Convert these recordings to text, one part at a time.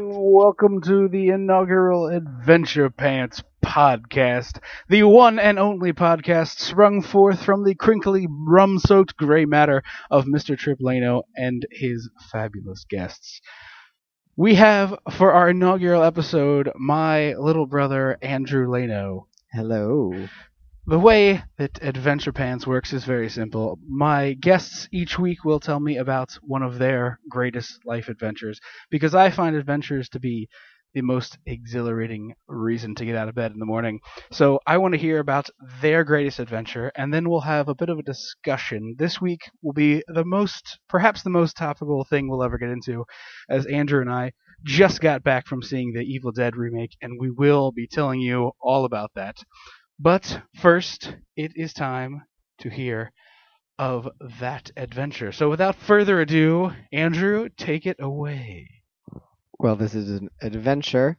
welcome to the inaugural Adventure Pants podcast, the one and only podcast sprung forth from the crinkly, rum soaked gray matter of Mr. Triplano and his fabulous guests. We have for our inaugural episode my little brother, Andrew Lano. Hello. The way that Adventure Pants works is very simple. My guests each week will tell me about one of their greatest life adventures because I find adventures to be the most exhilarating reason to get out of bed in the morning. So I want to hear about their greatest adventure and then we'll have a bit of a discussion. This week will be the most, perhaps the most topical thing we'll ever get into as Andrew and I just got back from seeing the Evil Dead remake and we will be telling you all about that. But first, it is time to hear of that adventure. So without further ado, Andrew, take it away. Well, this is an adventure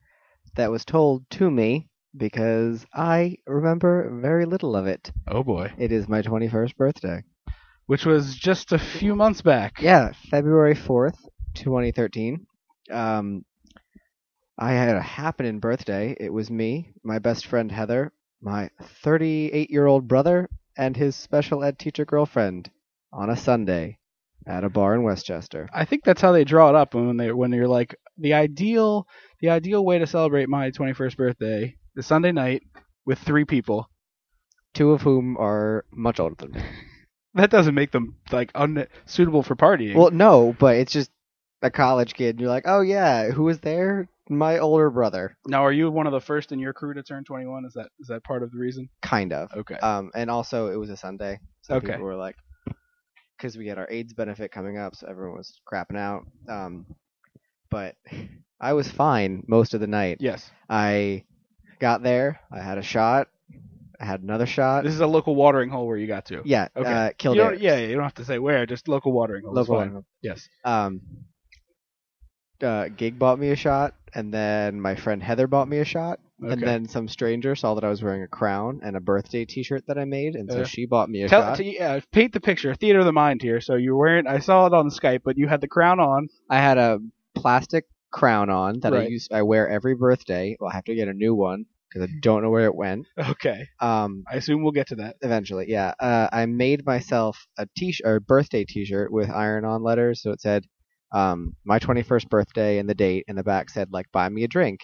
that was told to me because I remember very little of it. Oh boy. It is my 21st birthday. Which was just a few months back. Yeah, February 4th, 2013. Um, I had a happening birthday. It was me, my best friend Heather, my 38 year old brother, and his special ed teacher girlfriend on a Sunday at a bar in Westchester. I think that's how they draw it up when they when you're like the ideal the ideal way to celebrate my 21st birthday is Sunday night with three people. Two of whom are much older than me. That doesn't make them like unsuitable for partying. Well, no, but it's just a college kid, and you're like, oh yeah, who was there? My older brother, now are you one of the first in your crew to turn 21? Is that is that part of the reason? Uh, kind of. Okay. Um, and also it was a Sunday, so Okay. people were like, because we had our AIDS benefit coming up, so everyone was crapping out. Um, but I was fine most of the night. Yes. I got there. I had a shot. I had another shot. Uh, This is a local watering hole where you got to. yeah. Okay. Uh, You killed don't, it. yeah, you don't have to say where, just local watering hole. is Local. fine. one. Yes. Um. Uh, Gig bought me a shot, and then my friend Heather bought me a shot, Okay. and then some stranger saw that I was wearing a crown and a birthday T-shirt that I made, and so Yeah. she bought me a Tell, shot. t- yeah, paint the picture, theater of the mind here. So you weren't. I saw it on Skype, but you had the crown on. I had a plastic crown on that I Right. use. I wear every birthday. Well, I have to get a new one because I don't know where it went. Okay, Um, I assume we'll get to that. eventually, yeah. Uh, I made myself a t-shirt, or birthday T-shirt with iron-on letters, so it said um, my 21st birthday and the date, and the back said like "Buy me a drink."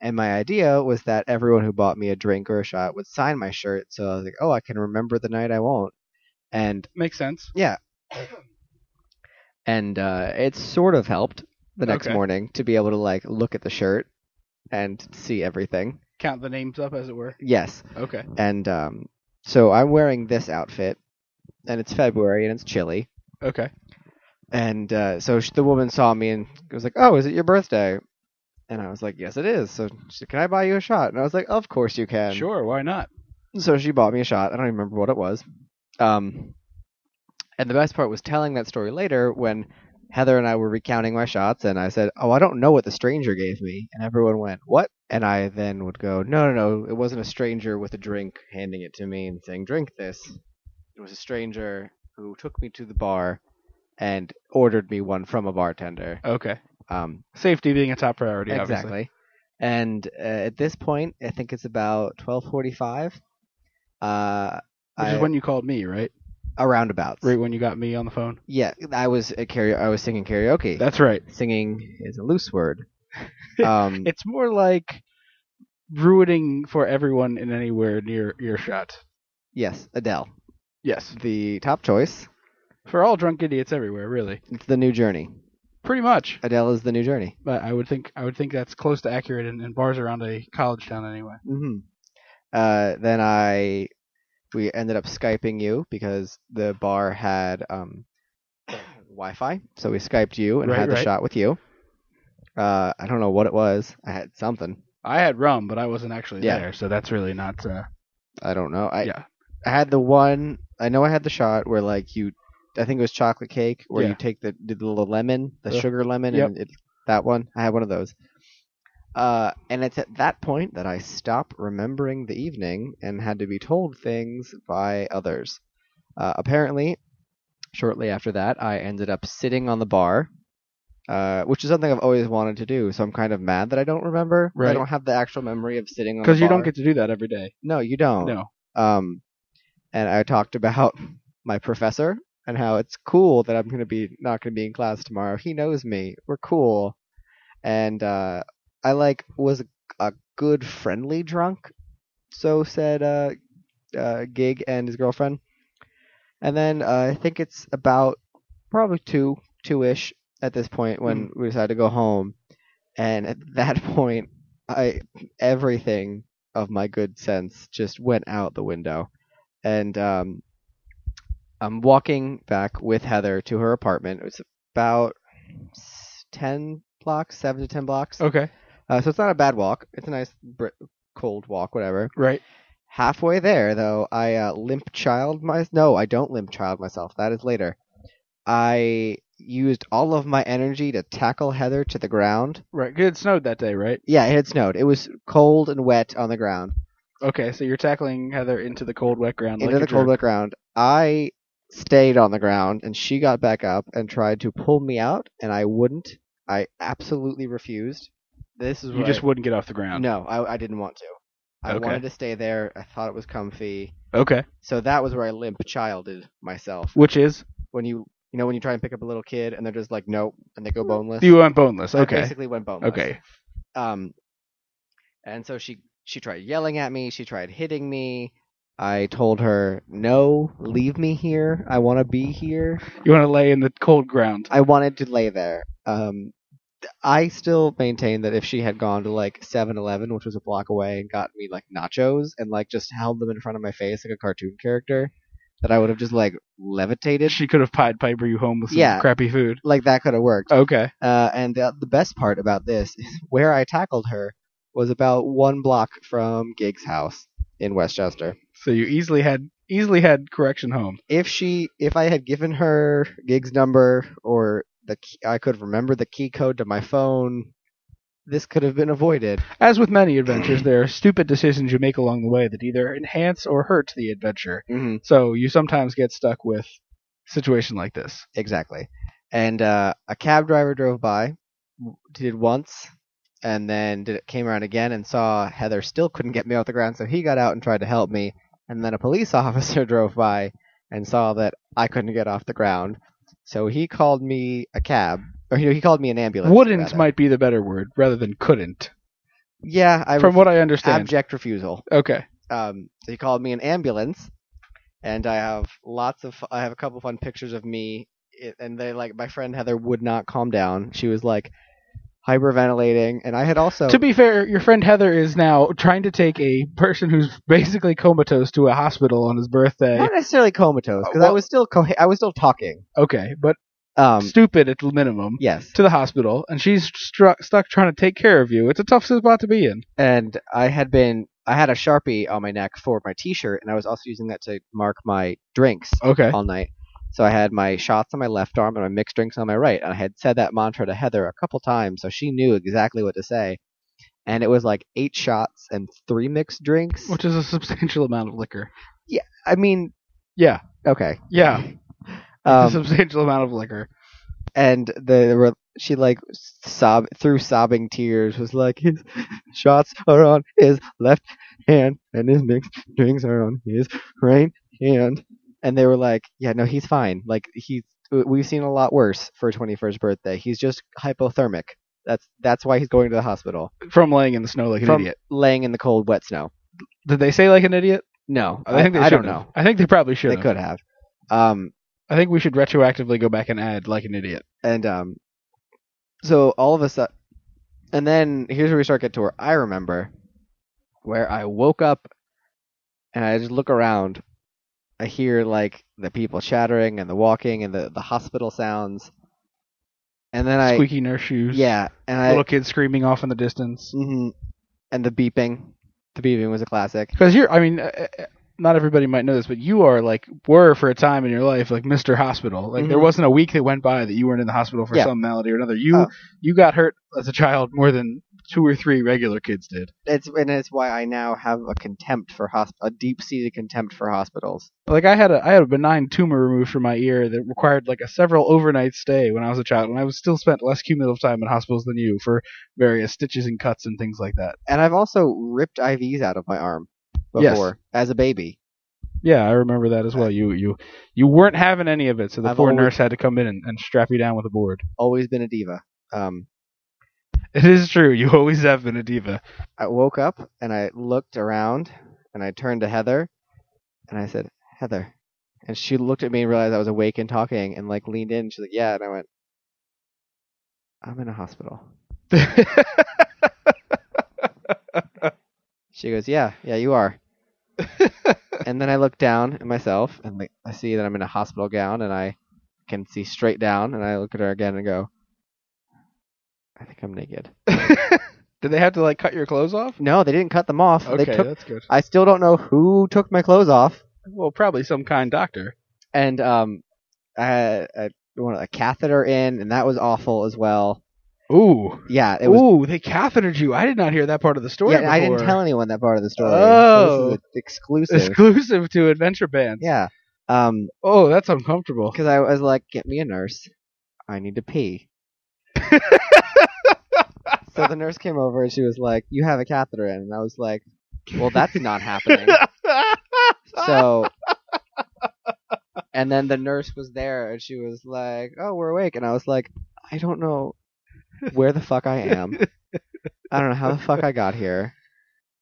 And my idea was that everyone who bought me a drink or a shot would sign my shirt, so I was like, "Oh, I can remember the night I won't." And Makes sense. and uh, it sort of helped the next Okay. morning to be able to like look at the shirt and see everything. Count the names up, as it were. Yes, Okay. and um, so I'm wearing this outfit, and it's February and it's chilly, Okay. and uh, so sh the woman saw me and was like, "Oh, is it your birthday?" And I was like, "Yes, it is." So she said, "Can I buy you a shot?" And I was like, "Of course you can." sure. Why not? So she bought me a shot. I don't even remember what it was. Um, and the best part was telling that story later when Heather and I were recounting my shots, and I said, "Oh, I don't know what the stranger gave me," and everyone went, "What?" And I then would go, "No, no, no, it wasn't a stranger with a drink handing it to me and saying, "Drink this." It was a stranger who took me to the bar and ordered me one from a bartender. Okay. Um, Safety being a top priority. Obviously. exactly. And uh, at this point, I think it's about twelve forty-five. Uh, Which I- is when you called me, right? a roundabouts. Right when you got me on the phone. Yeah, I was at karaoke. I was singing karaoke. That's right. singing is a loose word. Um, It's more like ruining for everyone in anywhere near earshot. yes, Adele, Yes. the top choice. For all drunk idiots everywhere, really. It's the new journey. Pretty much. Adele is the new journey. But I would think I would think that's close to accurate in, in bars around a college town anyway. hmm Uh, then I, we ended up skyping you because the bar had um, Wi-Fi, so we skyped you and Right, had the right. shot with you. Uh, I don't know what it was. I had something. I had rum, but I wasn't actually Yeah. there, so that's really not. Uh, I don't know. I Yeah. I had the one. I know I had the shot where like you, I think it was chocolate cake where Yeah. you take the the little lemon, the Ugh. sugar lemon, Yep. and it, that one. I had one of those. Uh, and it's at that point that I stop remembering the evening and had to be told things by others. Uh, apparently, shortly after that, I ended up sitting on the bar uh, which is something I've always wanted to do. So I'm kind of mad that I don't remember. that I Right. don't have the actual memory of sitting on because because you don't get to do that every day. no, you don't. No. Um, and I talked about my professor and how it's cool that I'm going to be not going to be in class tomorrow. He knows me. We're cool. And uh, I like was a good friendly drunk. So said uh, uh, Gig and his girlfriend. And then uh, I think it's about probably two two ish at this point when we decided to go home. And at that point, I everything of my good sense just went out the window. And um, I'm walking back with Heather to her apartment. It's about s- 10 blocks, 7 to 10 blocks. Okay. Uh, so it's not a bad walk. It's a nice br- cold walk, whatever. Right. Halfway there, though, I uh, limp child my. No, I don't limp child myself. That is later. I used all of my energy to tackle Heather to the ground. Right. Good. It snowed that day, right? Yeah, it had snowed. It was cold and wet on the ground. Okay. So you're tackling Heather into the cold, wet ground. into like the a jerk. cold wet ground. I stayed on the ground, and she got back up and tried to pull me out, and I wouldn't. I absolutely refused. This is You what just I- wouldn't get off the ground. no, I, I didn't want to. I Okay. wanted to stay there. I thought it was comfy. Okay. So that was where I limp childed myself. Which is When you you know when you try and pick up a little kid and they're just like nope, and they go boneless. you went boneless. I Okay. basically went boneless Okay. um and so she she tried yelling at me she tried hitting me i told her no leave me here i want to be here You want to lay in the cold ground. i wanted to lay there um i still maintain that if she had gone to like 7-eleven which was a block away and got me like nachos and like just held them in front of my face like a cartoon character that i would have just like levitated She could have pied piper you home with some Yeah. crappy food. like that could have worked Okay. Uh, and the, the best part about this is where I tackled her was about one block from Gig's house in Westchester. So you easily had easily had correction home. If she, if I had given her Gig's number or the, key, I could remember the key code to my phone. This could have been avoided. As with many adventures, there are stupid decisions you make along the way that either enhance or hurt the adventure. Mm-hmm. So you sometimes get stuck with a situation like this. Exactly. And uh, a cab driver drove by, w- did once, and then did, came around again and saw Heather still couldn't get me off the ground, so he got out and tried to help me. And then a police officer drove by and saw that I couldn't get off the ground, so he called me a cab, or he, he called me an ambulance. Wouldn't rather. might be the better word rather than couldn't. yeah, I From from what I understand. abject refusal. okay. um, so he called me an ambulance, and I have lots of I have a couple fun pictures of me, it, and they like my friend Heather would not calm down. She was like hyperventilating, and I had also To be fair, your friend Heather is now trying to take a person who's basically comatose to a hospital on his birthday. not necessarily comatose because I Well- was still co- I was still talking. Okay, but Um, stupid at the minimum. yes, To the hospital, and she's struck, stuck trying to take care of you. It's a tough spot to be in. and I had been I had a sharpie on my neck for my T-shirt, and I was also using that to mark my drinks Okay. all night. So I had my shots on my left arm and my mixed drinks on my right. And I had said that mantra to Heather a couple times, so she knew exactly what to say. And it was like eight shots and three mixed drinks. Which is a substantial amount of liquor. I mean, Yeah. okay. Yeah. Um, a substantial amount of liquor. and the, there were- she like sob through sobbing tears was like his shots are on his left hand and his mixed drinks are on his right hand and they were like yeah no he's fine like he's w- we've seen a lot worse for his 21st birthday he's just hypothermic that's that's why he's going to the hospital From laying in the snow like an from idiot. laying in the cold wet snow Did they say like an idiot? no I think they I should don't have. know I think they probably should. they have. could have um I think we should retroactively go back and add like an idiot. And um, so all of a sudden, and then here's where we start get to where I remember, where I woke up, and I just look around. I hear like the people chattering and the walking and the the hospital sounds, and then I Squeaky nurse shoes. yeah, and I Little kids screaming off in the distance. mhm. and the beeping, the beeping was a classic. Because you're, I mean, uh, uh, not everybody might know this, but you are like were for a time in your life like Mr. Hospital. Like there Mhm. wasn't a week that went by that you weren't in the hospital for Yeah. Uh, some malady or another. You Oh. you got hurt as a child more than two or three regular kids did. It's and it's why I now have a contempt for hosp- a deep seated contempt for hospitals. Like I had a I had a benign tumor removed from my ear that required like a several overnight stay when I was a child, and I was still spent less cumulative time in hospitals than you for various stitches and cuts and things like that. And I've also ripped IVs out of my arm Yes. before as a baby. Yeah, I remember that as well. You you you weren't having any of it, so the I've poor always- nurse had to come in and, and strap you down with a board. Always been a diva. Um, It is true. You always have been a diva. I woke up and I looked around and I turned to Heather and I said, Heather. And she looked at me and realized I was awake and talking and like leaned in. She's like, Yeah. And I went, I'm in a hospital. She goes, Yeah, yeah, you are. and then I look down at myself and like, I see that I'm in a hospital gown and I can see straight down. And I look at her again and go, I think I'm naked. Did they have to like cut your clothes off? No, they didn't cut them off. Okay, They took. that's good. I still don't know who took my clothes off. Well, probably some kind doctor. and um, I had a, one a catheter in, and that was awful as well. Ooh. Yeah, it was. Ooh, they cathered you. I did not hear that part of the story. yeah, and I didn't before. tell anyone that part of the story. so Oh. this is a- exclusive. Exclusive to Adventure Bands. yeah, um, Oh, that's uncomfortable. because I was like, get me a nurse. I need to pee. so the nurse came over and she was like, "You have a catheter in," and I was like, "Well, that's not happening." So, and then the nurse was there and she was like, "Oh, we're awake," and I was like, "I don't know where the fuck I am. I don't know how the fuck I got here."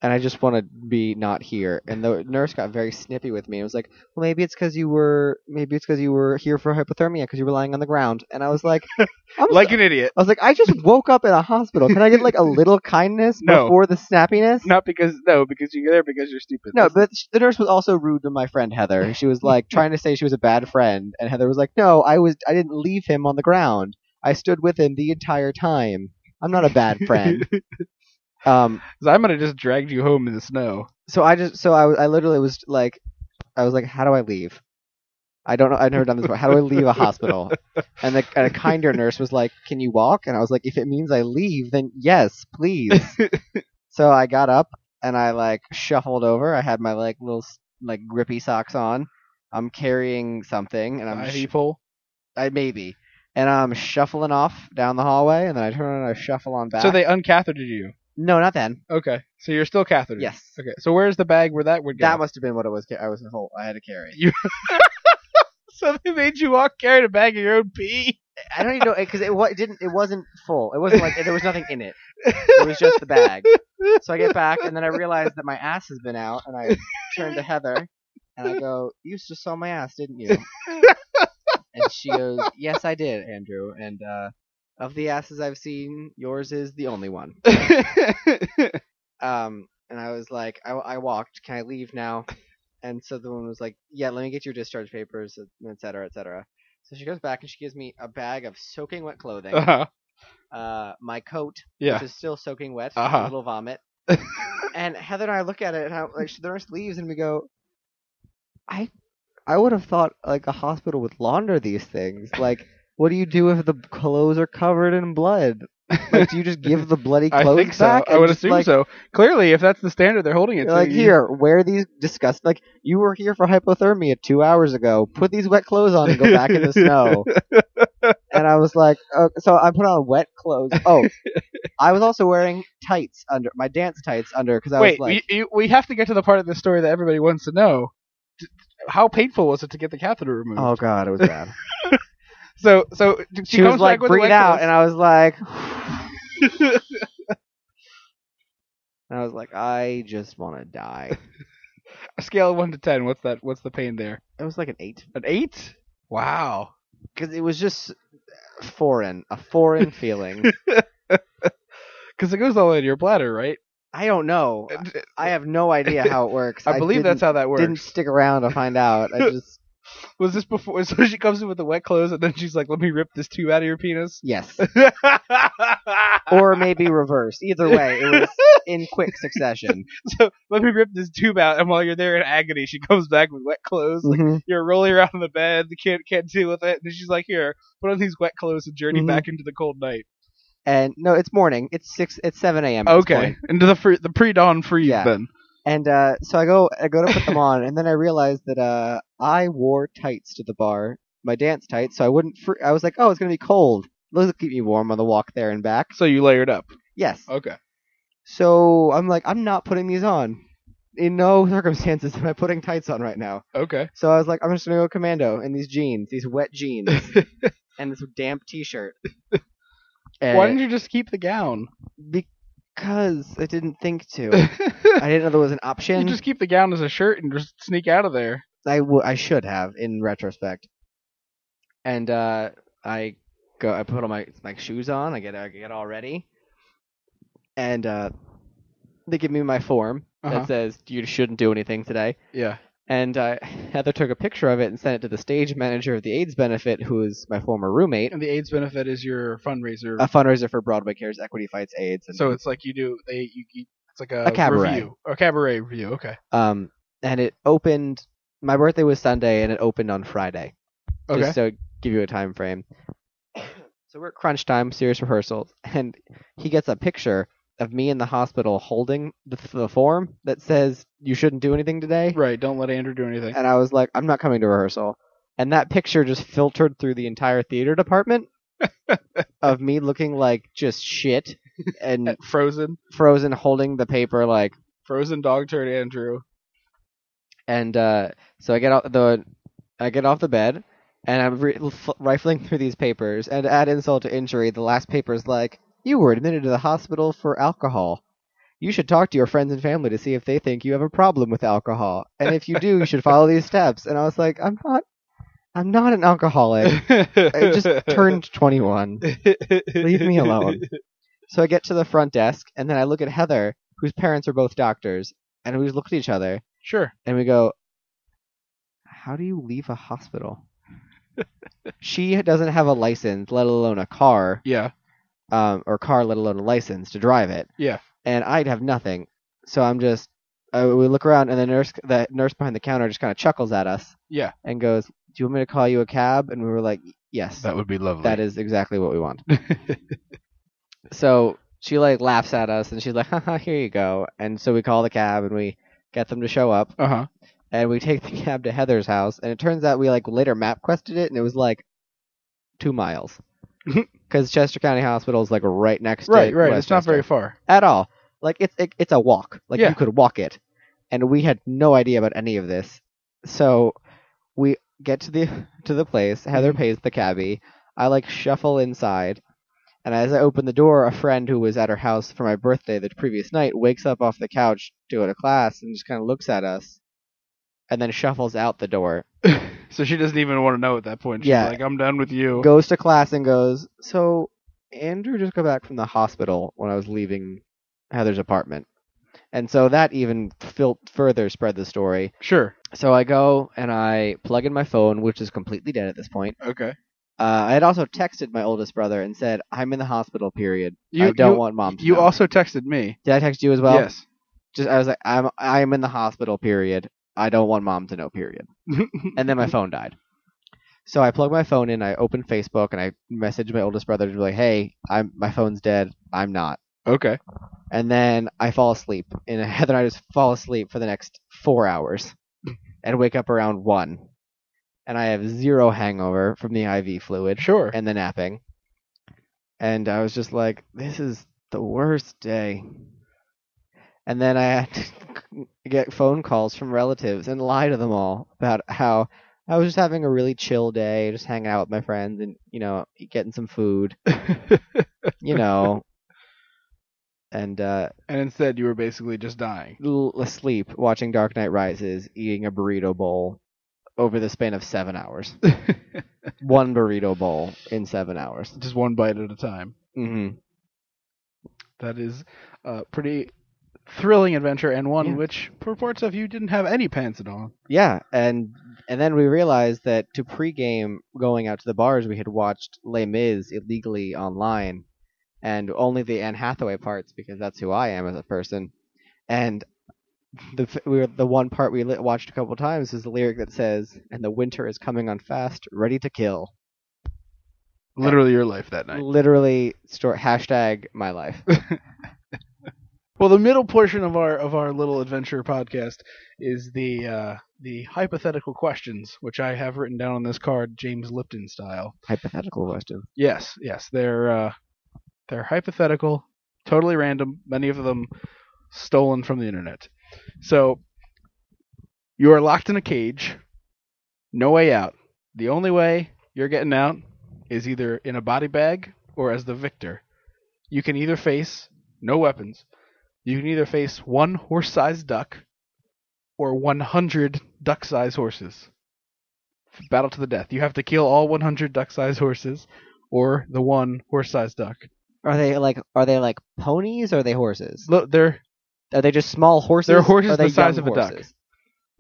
And I just want to be not here. And the nurse got very snippy with me. and was like, "Well, maybe it's because you were, maybe it's because you were here for hypothermia because you were lying on the ground." And I was like, I'm like an idiot. I was like, I just woke up in a hospital. Can I get like a little kindness No. before the snappiness? Not because no, because you're there because you're stupid. No, but sh- the nurse was also rude to my friend Heather. She was like trying to say she was a bad friend, and Heather was like, "No, I was. I didn't leave him on the ground. I stood with him the entire time. I'm not a bad friend." um, 'Cause I might have just dragged you home in the snow. so I just, so I, I literally was like, I was like, "How do I leave? I don't know. I've never done this. Before. How do I leave a hospital?" And the and a kinder nurse was like, "Can you walk?" And I was like, "If it means I leave, then yes, please." So I got up and I like shuffled over. I had my like little s- like grippy socks on. I'm carrying something and I'm sh- pole. I maybe and I'm shuffling off down the hallway and then I turn and I shuffle on back. So they uncathered you. no, not then. Okay, so you're still cathetered. Yes, Okay, so where's the bag where that would go? that must have been what it was. ca- I was a whole. I had to carry. so they made you walk carrying a bag of your own pee. I don't even know because it, wa- it didn't. It wasn't full. It wasn't like there was nothing in it. It was just the bag. So I get back and then I realize that my ass has been out and I turn to Heather and I go, "You just saw my ass, didn't you?" And she goes, "Yes, I did, Andrew." And uh, of the asses I've seen, yours is the only one. Um, and I was like, I, I walked. Can I leave now? And so the woman was like, Yeah, let me get your discharge papers, et cetera, et cetera. So she goes back and she gives me a bag of soaking wet clothing, uh-huh. uh, my coat, Yeah. which is still soaking wet, Uh-huh. a little vomit. and Heather and I look at it, and I, like the nurse leaves, and we go, I, I would have thought like a hospital would launder these things. Like, what do you do if the clothes are covered in blood? Like, do you just give the bloody I clothes think so. back? I and would just, assume like, so. Clearly, if that's the standard they're holding it you're to, like you- here, wear these disgust. Like you were here for hypothermia two hours ago. Put these wet clothes on and go back in the snow. And I was like, oh, so I put on wet clothes. Oh, I was also wearing tights under my dance tights under because I Wait, was like, you, you, we have to get to the part of the story that everybody wants to know. D- How painful was it to get the catheter removed? oh god, it was bad. So, so d- she, she was comes like, back with breathe the out, and I was like, I, and I was like, I just want to die. a scale of one to ten. What's that? What's the pain there? It was like an eight An eight? Wow. because it was just foreign, a foreign feeling. Because it goes all the way to your bladder, right? uh, I don't know. I have no idea how it works. I believe didn't- that's how that works. Didn't stick around to find out. I just Was this before? So she comes in with the wet clothes, and then she's like, "Let me rip this tube out of your penis." yes, or maybe reverse. Either way, it was in quick succession. so let me rip this tube out, and while you're there in agony, she comes back with wet clothes. Like Mhm. you're rolling around on the bed, you can't can't deal with it, and she's like, "Here, put on these wet clothes and journey Mhm. back into the cold night." and no, it's morning. It's six. It's seven a.m. at this Okay, point. into the free, the pre-dawn freeze Yeah. then. And uh, so I go, I go to put them on, and then I realized that uh, I wore tights to the bar, my dance tights, so I wouldn't. Fr- I was like, oh, it's gonna be cold. Those will keep me warm on the walk there and back. So you layered up. Yes. Okay. So I'm like, I'm not putting these on. In no circumstances am I putting tights on right now. Okay. So I was like, I'm just gonna go commando in these jeans, these wet jeans, and this damp T-shirt. Why didn't you just keep the gown? Because I didn't think to. you I didn't know there was an option. just keep the gown as a shirt and just sneak out of there. I, w- I should have in retrospect. And uh, I go. I put all my my shoes on. I get I get all ready. And uh, they give me my form Uh-huh. that says you shouldn't do anything today. Yeah. And uh, Heather took a picture of it and sent it to the stage manager of the AIDS benefit, who is my former roommate, And the AIDS benefit is your fundraiser. a fundraiser for Broadway Cares Equity Fights AIDS. And, so it's like you do they you, you it's like a, A cabaret. review. A cabaret review. Okay. um, and it opened. My birthday was Sunday, and it opened on Friday. Okay. just to give you a time frame. so we're at crunch time, serious rehearsals, and he gets a picture of me in the hospital holding the, the form that says you shouldn't do anything today. right. Don't let Andrew do anything. And I was like, I'm not coming to rehearsal. And that picture just filtered through the entire theater department of me looking like just shit and Frozen. frozen, holding the paper like. Frozen dog turd Andrew. and uh, so I get off the I get off the bed and I'm re- f- rifling through these papers. And to add insult to injury, the last paper is like, "You were admitted to the hospital for alcohol. You should talk to your friends and family to see if they think you have a problem with alcohol. And if you do, you should follow these steps." And I was like, "I'm not, I'm not an alcoholic. I just turned 21." Leave me alone. So I get to the front desk and then I look at Heather, whose parents are both doctors, and we just look at each other Sure. and we go, How do you leave a hospital? she doesn't have a license, let alone a car, Yeah. um, or car, let alone a license to drive it. Yeah. And I'd have nothing. So I'm just, uh, we look around, and the nurse, the nurse behind the counter just kind of chuckles at us Yeah. and goes, Do you want me to call you a cab? And we were like, Yes. That would be lovely. that is exactly what we want. so she like laughs at us and she's like, haha, here you go. And so we call the cab and we get them to show up Uh huh. and we take the cab to Heather's house, and it turns out we like later map quested it, and it was like two miles, because Chester County Hospital is like right next. Right. to Right. It's not Westchester. very far. at all. Like it's it, it's a walk. Like Yeah. you could walk it, and we had no idea about any of this. So we get to the to the place. Heather Mhm. pays the cabbie. I like shuffle inside. And as I open the door, a friend who was at her house for my birthday the previous night wakes up off the couch to go to class and just kind of looks at us and then shuffles out the door, So she doesn't even want to know at that point. She's Yeah. like, I'm done with you. goes to class and goes, So Andrew just got back from the hospital when I was leaving Heather's apartment. And so that even fil- further spread the story. Sure. So I go and I plug in my phone, which is completely dead at this point. Okay. Uh, I had also texted my oldest brother and said, I'm in the hospital, period. You I don't you, want mom to You know." also texted me. Did I text you as well? yes. Just I was like, I'm I'm in the hospital, period. I don't want mom to know, period. and then my phone died. So I plug my phone in, I open Facebook, and I message my oldest brother to be like, "Hey, I'm my phone's dead. I'm not." okay. And then I fall asleep, and Heather and I just fall asleep for the next four hours, and wake up around one, and I have zero hangover from the IV fluid Sure. and the napping, and I was just like, "This is the worst day." And then I had to get phone calls from relatives and lie to them all about how I was just having a really chill day, just hanging out with my friends and, you know, getting some food, you know, and uh, and instead, you were basically just dying. l- asleep, watching Dark Knight Rises, eating a burrito bowl over the span of seven hours. One burrito bowl in seven hours. just one bite at a time. hmm That is a pretty thrilling adventure, and one Yeah. which purports of you didn't have any pants at all. Yeah, and and then we realized that to pregame going out to the bars, we had watched Les Mis illegally online, and only the Anne Hathaway parts because that's who I am as a person. And the f- we were, the one part we lit, watched a couple times was the lyric that says, "And the winter is coming on fast, ready to kill." Literally your life that night. Literally, store hashtag my life. Well, the middle portion of our of our little adventure podcast is the uh, the hypothetical questions, which I have written down on this card, James Lipton style. Hypothetical question. Yes, yes, they're uh, they're hypothetical, totally random. Many of them stolen from the internet. So you are locked in a cage, no way out. The only way you're getting out is either in a body bag or as the victor. You can either face no weapons. You can either face one horse-sized duck or 100 duck-sized horses. Battle to the death. You have to kill all 100 duck-sized horses or the one horse-sized duck. Are they like are they like ponies or are they horses? Look, they're Are they just small horses? They're horses or are they the size young of a duck. horses?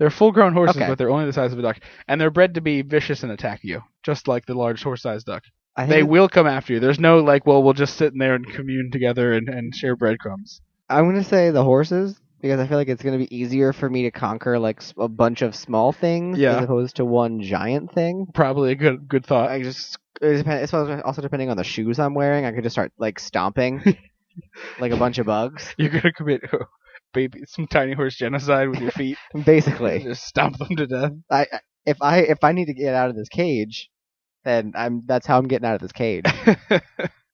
they're full-grown horses, Okay. but they're only the size of a duck, and they're bred to be vicious and attack you, just like the large horse-sized duck. I They think will come after you. There's no like, well, we'll just sit in there and commune together and, and share breadcrumbs. I'm gonna say the horses because I feel like it's gonna be easier for me to conquer like s- a bunch of small things Yeah. as opposed to one giant thing. Probably a good good thought. I just it depend, it's also also depending on the shoes I'm wearing. I could just start like stomping like a bunch of bugs, You're gonna commit baby some tiny horse genocide with your feet. basically. Just stomp them to death. I I- if I if I need to get out of this cage, then I'm that's how I'm getting out of this cage.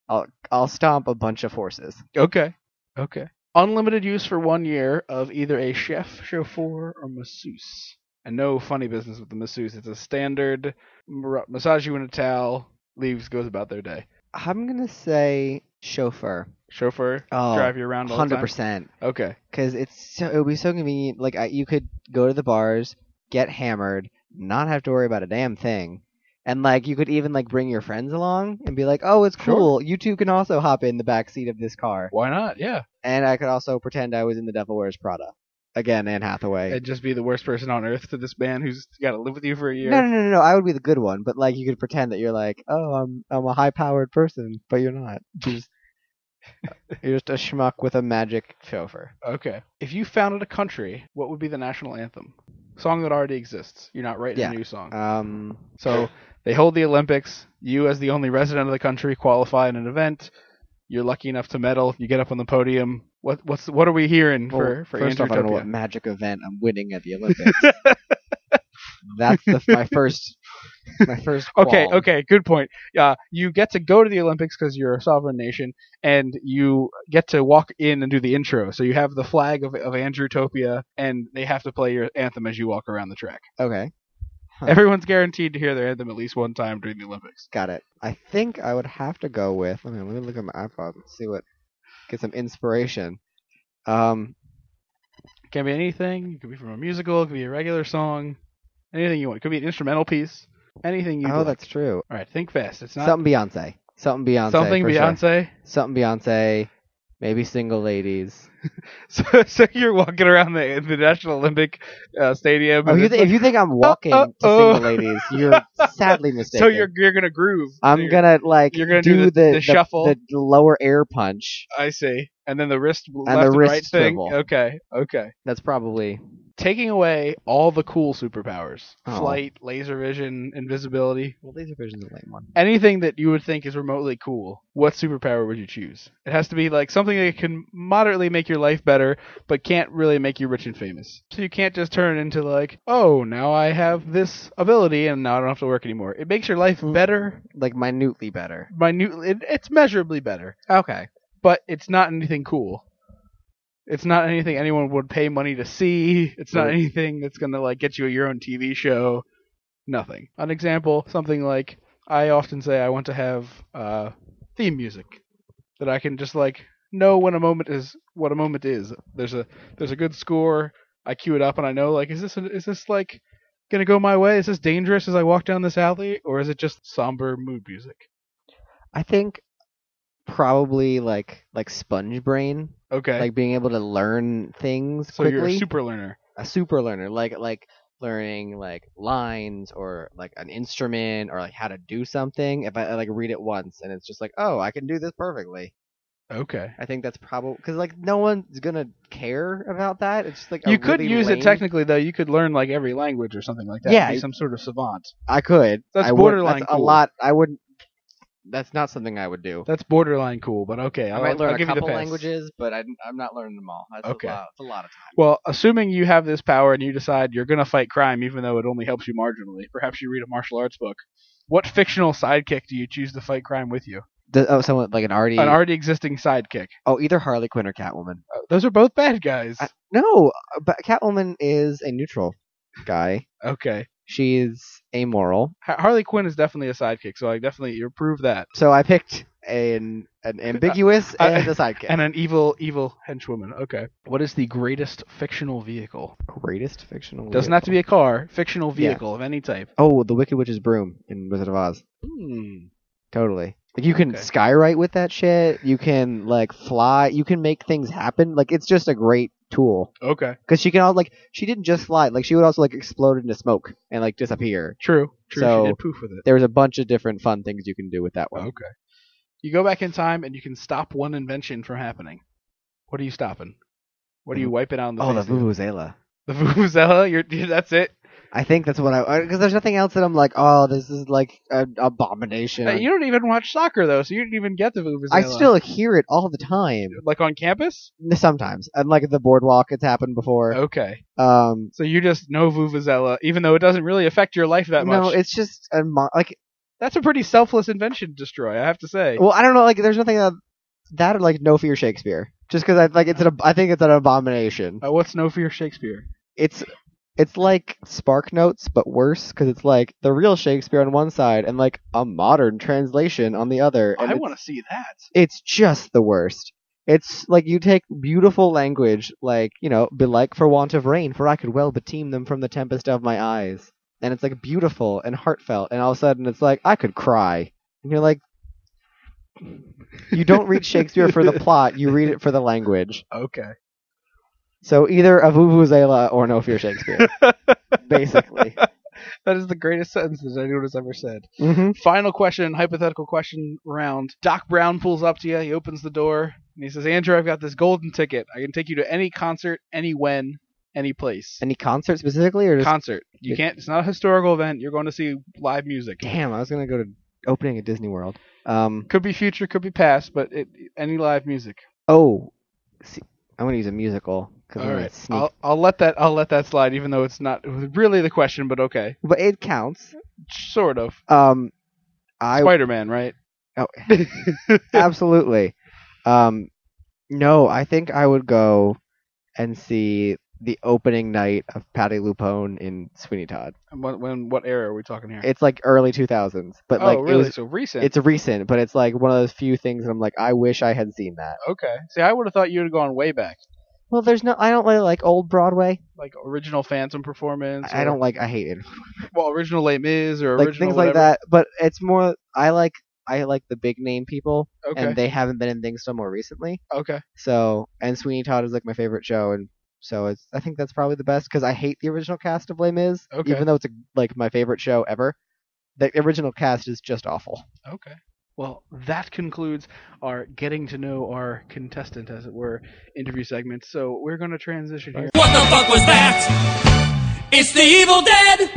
I'll I'll stomp a bunch of horses. Okay. Okay. Unlimited use for one year of either a chef, chauffeur, or masseuse. And no funny business with the masseuse. It's a standard mar- massage you in a towel, leaves, goes about their day. I'm gonna say chauffeur. Chauffeur, Oh, drive you around all the hundred time. percent. Okay. Because it's so it would be so convenient. Like I, you could go to the bars, get hammered, not have to worry about a damn thing, and like you could even like bring your friends along and be like, oh, it's Sure. cool. You two can also hop in the back seat of this car, Why not? Yeah. and I could also pretend I was in The Devil Wears Prada. Again, Anne Hathaway. And just be the worst person on earth to this man who's got to live with you for a year. No, no, no, no, no. I would be the good one, but like you could pretend that you're like, oh, I'm I'm a high powered person, but you're not. You're just, you're just a schmuck with a magic chauffeur. Okay. If you founded a country, what would be the national anthem? Song that already exists. You're not writing Yeah. a new song. Um, So they hold the Olympics. You, as the only resident of the country, qualify in an event. You're lucky enough to medal. You get up on the podium. What what's what are we hearing well, for for first off, I don't know what Andrewtopia? magic event I'm winning at the Olympics. That's the, my first, my first. Okay, qualm. okay, good point. Uh, you get to go to the Olympics because you're a sovereign nation, and you get to walk in and do the intro. So you have the flag of, of Andrewtopia, and they have to play your anthem as you walk around the track. okay, Huh. Everyone's guaranteed to hear their anthem at least one time during the Olympics. got it. I think I would have to go with. Let me let me look at my iPod and see what get some inspiration. Um, Can be anything. It could be from a musical. It could be a regular song. Anything you want. It could be an instrumental piece. Anything you. oh, like. that's true. All right. Think fast. It's not Something Beyonce. Something Beyonce. something for sure. Beyonce. something Beyonce, maybe single ladies. So, so you're walking around the, the National Olympic uh, Stadium. Oh, and you it's th- if you think I'm walking uh, to oh. single ladies, you're sadly like- mistaken. so you're you're gonna groove. So I'm you're- gonna like you're gonna do, do the- the, the shuffle. the lower air punch. I see. And then the wrist and the left wrist right thing. swivel. Okay. Okay. That's probably Taking away all the cool superpowers: Oh. flight, laser vision, invisibility, well, laser vision's a lame one. anything that you would think is remotely cool, what superpower would you choose? It has to be like something that can moderately make your life better, but can't really make you rich and famous. So you can't just turn into like, oh, now I have this ability and now I don't have to work anymore. It makes your life Mm. better, Like minutely better. minute. It, it's measurably better, Okay. but it's not anything cool. It's not anything anyone would pay money to see. It's not Right. anything that's gonna like get you your own TV show. Nothing. An example, something like I often say I want to have uh, theme music that I can just like know when a moment is what a moment is. There's a there's a good score. I cue it up and I know like is this is this like gonna go my way? Is this dangerous as I walk down this alley, or is it just somber mood music? I think probably like like sponge brain, Okay, like being able to learn things so quickly. you're a super learner. a super learner, like like learning like lines or like an instrument or like how to do something. If I, I, like read it once and it's just like, oh, I can do this perfectly. Okay. I think that's probably because like no one's gonna care about that. It's just like a you could really use lame- it technically though. You could learn like every language or something like that. Yeah. be some sort of savant. I could. That's I would- borderline that's cool. a lot. I wouldn't. that's not something I would do. That's borderline cool, but okay. I I'll, might learn I'll a give couple you the pass. languages, but I, am not learning them all. That's Okay. a lot. It's a lot of time. Well, assuming you have this power and you decide you're going to fight crime, even though it only helps you marginally, perhaps you read a martial arts book. What fictional sidekick do you choose to fight crime with you? oh, someone like an already. An already existing sidekick. oh, either Harley Quinn or Catwoman. Uh, those are both bad guys. I- No, but Catwoman is a neutral guy. okay. She's amoral. Ha- Harley Quinn is definitely a sidekick, so I definitely you prove that. So I picked an an ambiguous I- and a sidekick. Uh, And an evil, evil henchwoman. Okay. What is the greatest fictional vehicle? greatest fictional. Doesn't have to be a car. Fictional Yeah. vehicle of any type. Oh, the Wicked Witch's broom in Wizard of Oz. Hmm. Totally. Like you can Okay. skywrite with that shit. You can like fly. You can make things happen. Like it's just a great tool Okay. because she can all like she didn't just fly. Like she would also like explode into smoke and like disappear. True. True. So- she did poof with it. There was a bunch of different fun things you can do with that one. Okay. You go back in time and you can stop one invention from happening. What are you stopping? What are you wiping out? in Mm. The Oh, the face of? vuvuzela. The vuvuzela. You're, you that's it. I think that's what I because there's nothing else that I'm like. Oh, this is like an abomination. Uh, You don't even watch soccer though, so you didn't even get the vuvuzela. I still hear it all the time. like on campus. Sometimes, and like the boardwalk, it's happened before. Okay. Um, So you just know vuvuzela, even though it doesn't really affect your life that no, much. it's just a mo- like. that's a pretty selfless invention, destroy. I have to say. Well, I don't know. Like, there's nothing that, that or like no fear Shakespeare. Just because I like it's an ab- I think it's an abomination. Uh, what's no fear Shakespeare? It's it's like Spark Notes, but worse because it's like the real Shakespeare on one side and like a modern translation on the other. And I it's- want to see that. it's just the worst. It's like you take beautiful language, like, you know, belike for want of rain, for I could well beteem them from the tempest of my eyes. And it's like beautiful and heartfelt, and all of a sudden it's like, I could cry. And you're like, you don't read Shakespeare for the plot, you read it for the language. Okay. So either a Vuvuzela or no fear Shakespeare, basically. That is the greatest sentence that anyone has ever said. hmm Final question, hypothetical question round. Doc Brown pulls up to you. He opens the door and he says, "Andrew, I've got this golden ticket. I can take you to any concert, any when, any place. Any concert specifically, or just. concert. You can't. It's not a historical event. You're going to see live music. Damn, I was going to go to opening at Disney World. Um, Could be future, could be past, but it, any live music. Oh, see, I'm gonna use a musical because All I'm gonna right. sneak. I'll, I'll let that. I'll let that slide, even though it's not really the question, but okay, But it counts. sort of. Um, I Spider-Man, right? oh, absolutely. Um, no, I think I would go and see the opening night of Patty Lupone in Sweeney Todd. when, when what era are we talking here? It's like early 2000s, but oh, like really? it was. so recent. It's recent, but it's like one of those few things that I'm like, I wish I had seen that. okay. See, I would have thought you would have gone way back, Well, there's no, I don't really like old Broadway. like original Phantom performance. I I or- don't like, I hate it. well, original Les Mis or Like original things like whatever. that. But it's more, I like, I like the big name people. Okay. and they haven't been in things till more recently. okay. So, and Sweeney Todd is like my favorite show, and so it's I think that's probably the best because I hate the original cast of Les Mis, Okay. even though it's like my favorite show ever. The original cast is just awful. Okay. Well, that concludes our getting to know our contestant, as it were, interview segment. So we're going to transition here. What the fuck was that? It's the Evil Dead!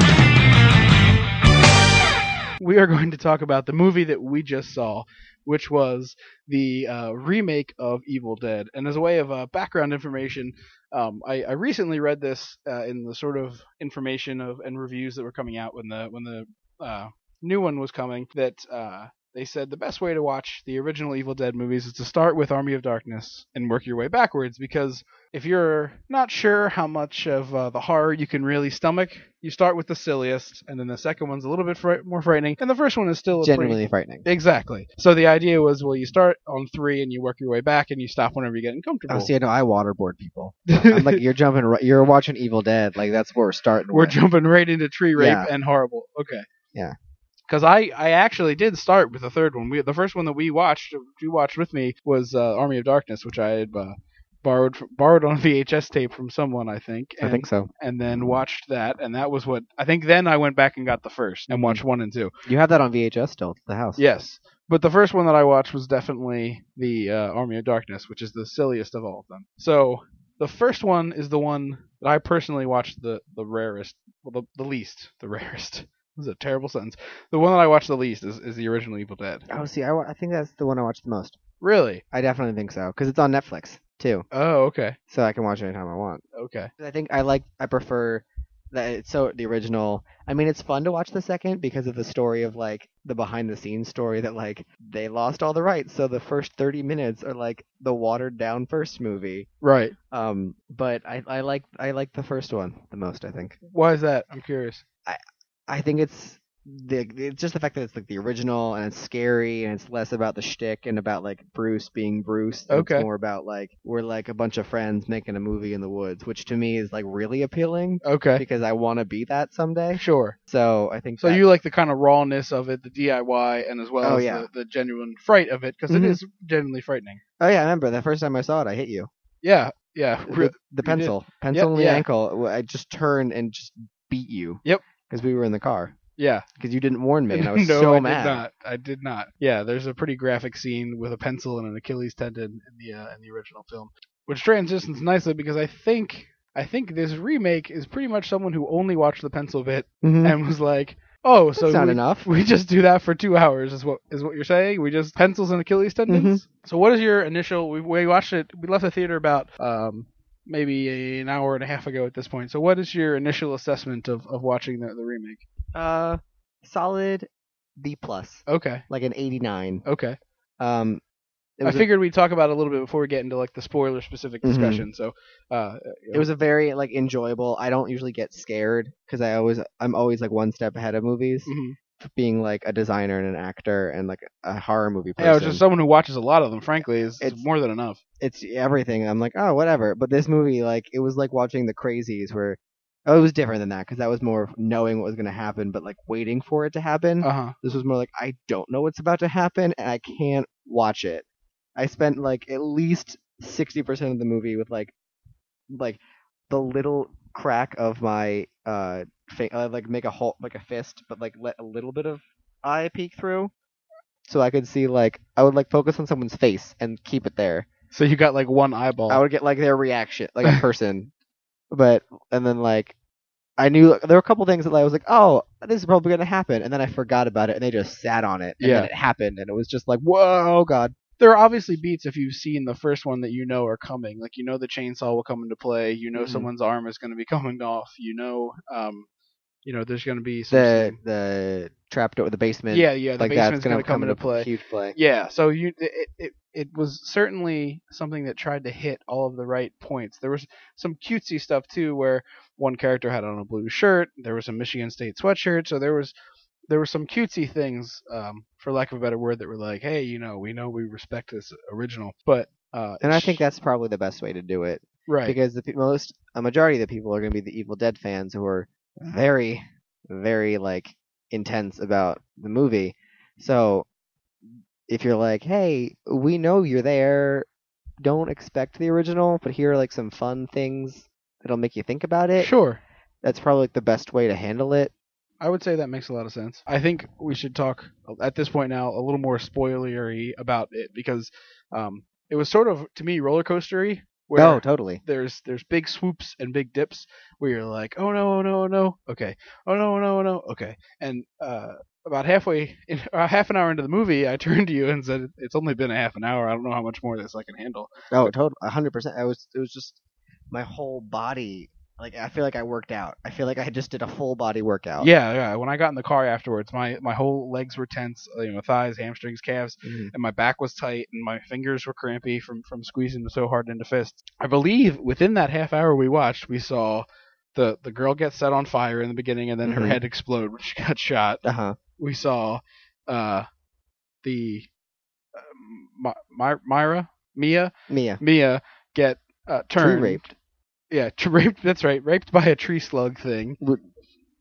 We are going to talk about the movie that we just saw, which was the uh, remake of Evil Dead. And as a way of uh, background information, um, I, I recently read this uh, in the sort of information of and reviews that were coming out when the when the uh, new one was coming that uh, they said the best way to watch the original Evil Dead movies is to start with Army of Darkness and work your way backwards because if you're not sure how much of uh, the horror you can really stomach, you start with the silliest, and then the second one's a little bit fri- more frightening, and the first one is still a pretty- Genuinely frightening. Exactly. So the idea was, well, you start on three and you work your way back, and you stop whenever you're getting comfortable. Oh, see, I know I waterboard people. I'm like, you're jumping, right, you're watching Evil Dead, like that's where we're starting. We're with. jumping right into tree rape Yeah. and horrible. Okay. Yeah. Because I, I actually did start with the third one. We, the first one that we watched, you watched with me, was uh, Army of Darkness, which I had uh, borrowed fr- borrowed on VHS tape from someone, I think. I And, think so. And then watched that, and that was what I think. Then I went back and got the first and Mhm. watched one and two. You have that on VHS still at the house. Yes. But the first one that I watched was definitely the uh, Army of Darkness, which is the silliest of all of them. So the first one is the one that I personally watched the, the rarest, well, the, the least, the rarest. This is a terrible sentence. The one that I watched the least is, is the original Evil Dead. Oh, see, I, wa- I think that's the one I watched the most. Really? I definitely think so because it's on Netflix too, Oh, okay. so I can watch it anytime I want. Okay. I think I like I prefer that it's so the original. I mean, it's fun to watch the second because of the story of like the behind the scenes story that like they lost all the rights, so the first 30 minutes are like the watered down first movie. Right. Um, but I I like I like the first one the most. I think Why is that? I'm curious. I think it's the it's just the fact that it's like the original and it's scary and it's less about the shtick and about like Bruce being Bruce. and Okay. It's more about like we're like a bunch of friends making a movie in the woods, which to me is like really appealing Okay. because I want to be that someday. Sure. So I think So that- you like the kind of rawness of it, the DIY, and as well Oh, as yeah. the, the genuine fright of it, because Mhm. is genuinely frightening. Oh yeah, I remember the first time I saw it, I hit you. Yeah. Yeah. The, the did. pencil, pencil Yep, in the yeah. ankle. w- I just turned and just beat you. Yep. Because we were in the car. yeah. Because you didn't warn me, and I was no, so I mad. did not. I did not. Yeah, there's a pretty graphic scene with a pencil and an Achilles tendon in the uh, in the original film, which transitions nicely because I think I think this remake is pretty much someone who only watched the pencil bit Mhm. and was like, oh, That's so not we, enough. we just do that for two hours is what is what you're saying? We just pencils and Achilles tendons. Mm-hmm. So what is your initial? We, we watched it. We left the theater about. Um, Maybe an hour and a half ago at this point. So, what is your initial assessment of, of watching the, the remake? Uh, solid B plus, Okay, like an eighty nine. okay. Um, it I was a- figured we'd talk about it a little bit before we get into like the spoiler specific Mhm. discussion. So, uh, it was a very like enjoyable. I don't usually get scared because I always I'm always like one step ahead of movies, mhm. being like a designer and an actor and like a horror movie person. yeah, it was just someone who watches a lot of them. Frankly, is is It's- more than enough. it's everything. I'm like, oh, whatever. But this movie, like, it was like watching The Crazies, where oh, it was different than that because that was more of knowing what was going to happen, but like waiting for it to happen. Uh huh. this was more like I don't know what's about to happen and I can't watch it. I spent like at least sixty percent of the movie with like, like the little crack of my uh, fa- uh like make a hole like a fist, but like let a little bit of eye peek through. So I could see like I would like focus on someone's face and keep it there. So you got like one eyeball. I would get like their reaction, like a person. but and then like I knew there were a couple things that like, I was like, oh, this is probably gonna happen, and then I forgot about it, and they just sat on it, and Yeah. then it happened, and it was just like, whoa, god, there are obviously beats if you've seen the first one that you know are coming. Like you know the chainsaw will come into play. You know Mhm. someone's arm is going to be coming off. You know, um, you know there's going to be some. the the trap door, the basement, yeah, yeah. The like basement's that's going gonna to come into play. huge play. Yeah, so you it, it it was certainly something that tried to hit all of the right points. There was some cutesy stuff too, where one character had on a blue shirt, there was a Michigan State sweatshirt, so there was there were some cutesy things, um, for lack of a better word, that were like, hey, you know, we know we respect this original, but uh, And I it's- think that's probably the best way to do it right, because the pe- most, a majority of the people are going to be the Evil Dead fans who are Ah. very, very like intense about the movie. So if you're like, hey, we know you're there, don't expect the original, but here are like some fun things that'll make you think about it. sure. That's probably like the best way to handle it. I would say that makes a lot of sense. I think we should talk uh, at this point now a little more spoilery about it because um, it was sort of to me roller coastery. Where No, Oh, totally. there's there's big swoops and big dips where you're like, oh no, oh no, oh no, okay, oh no, oh no, oh no, okay. And uh, about halfway, in, or half an hour into the movie, I turned to you and said, it's only been a half an hour. I don't know how much more of this I can handle. No, Oh, totally. A hundred percent. I was. It was just my whole body. Like I feel like I worked out. I feel like I just did a full body workout. Yeah, yeah. When I got in the car afterwards, my my whole legs were tense, you know, thighs, hamstrings, calves, Mhm. and my back was tight, and my fingers were crampy from from squeezing so hard into fists. I believe within that half hour we watched, we saw. The, the girl get set on fire in the beginning and then her Mhm. head explode when she got shot. Uh huh. we saw uh, the uh, My- My- Myra, Mia, Mia. Mia get uh, turned raped. Yeah, t- raped. That's right, raped by a tree slug thing.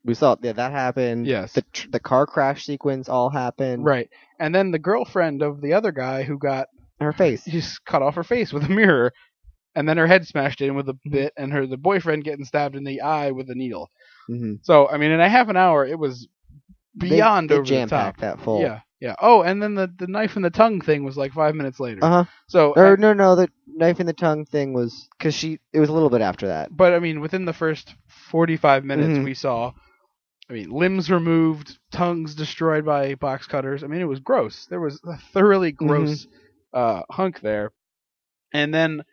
We saw yeah, that happen. Yes. The tr- the car crash sequence all happened. Right, and then the girlfriend of the other guy who got Her face. just cut off her face with a mirror, and then her head smashed in with a Mm-hmm. bit, and her the boyfriend getting stabbed in the eye with a needle. hmm So I mean, in a half an hour, it was beyond they, over the top. jam-packed that full. Yeah, yeah. Oh, and then the, the knife in the tongue thing was like five minutes later. Uh huh. So Or no, no, the knife in the tongue thing was because she. It was a little bit after that. but I mean, within the first 45 minutes, Mhm. we saw I mean, limbs removed, tongues destroyed by box cutters. I mean, it was gross. There was a thoroughly gross uh, hunk there. And then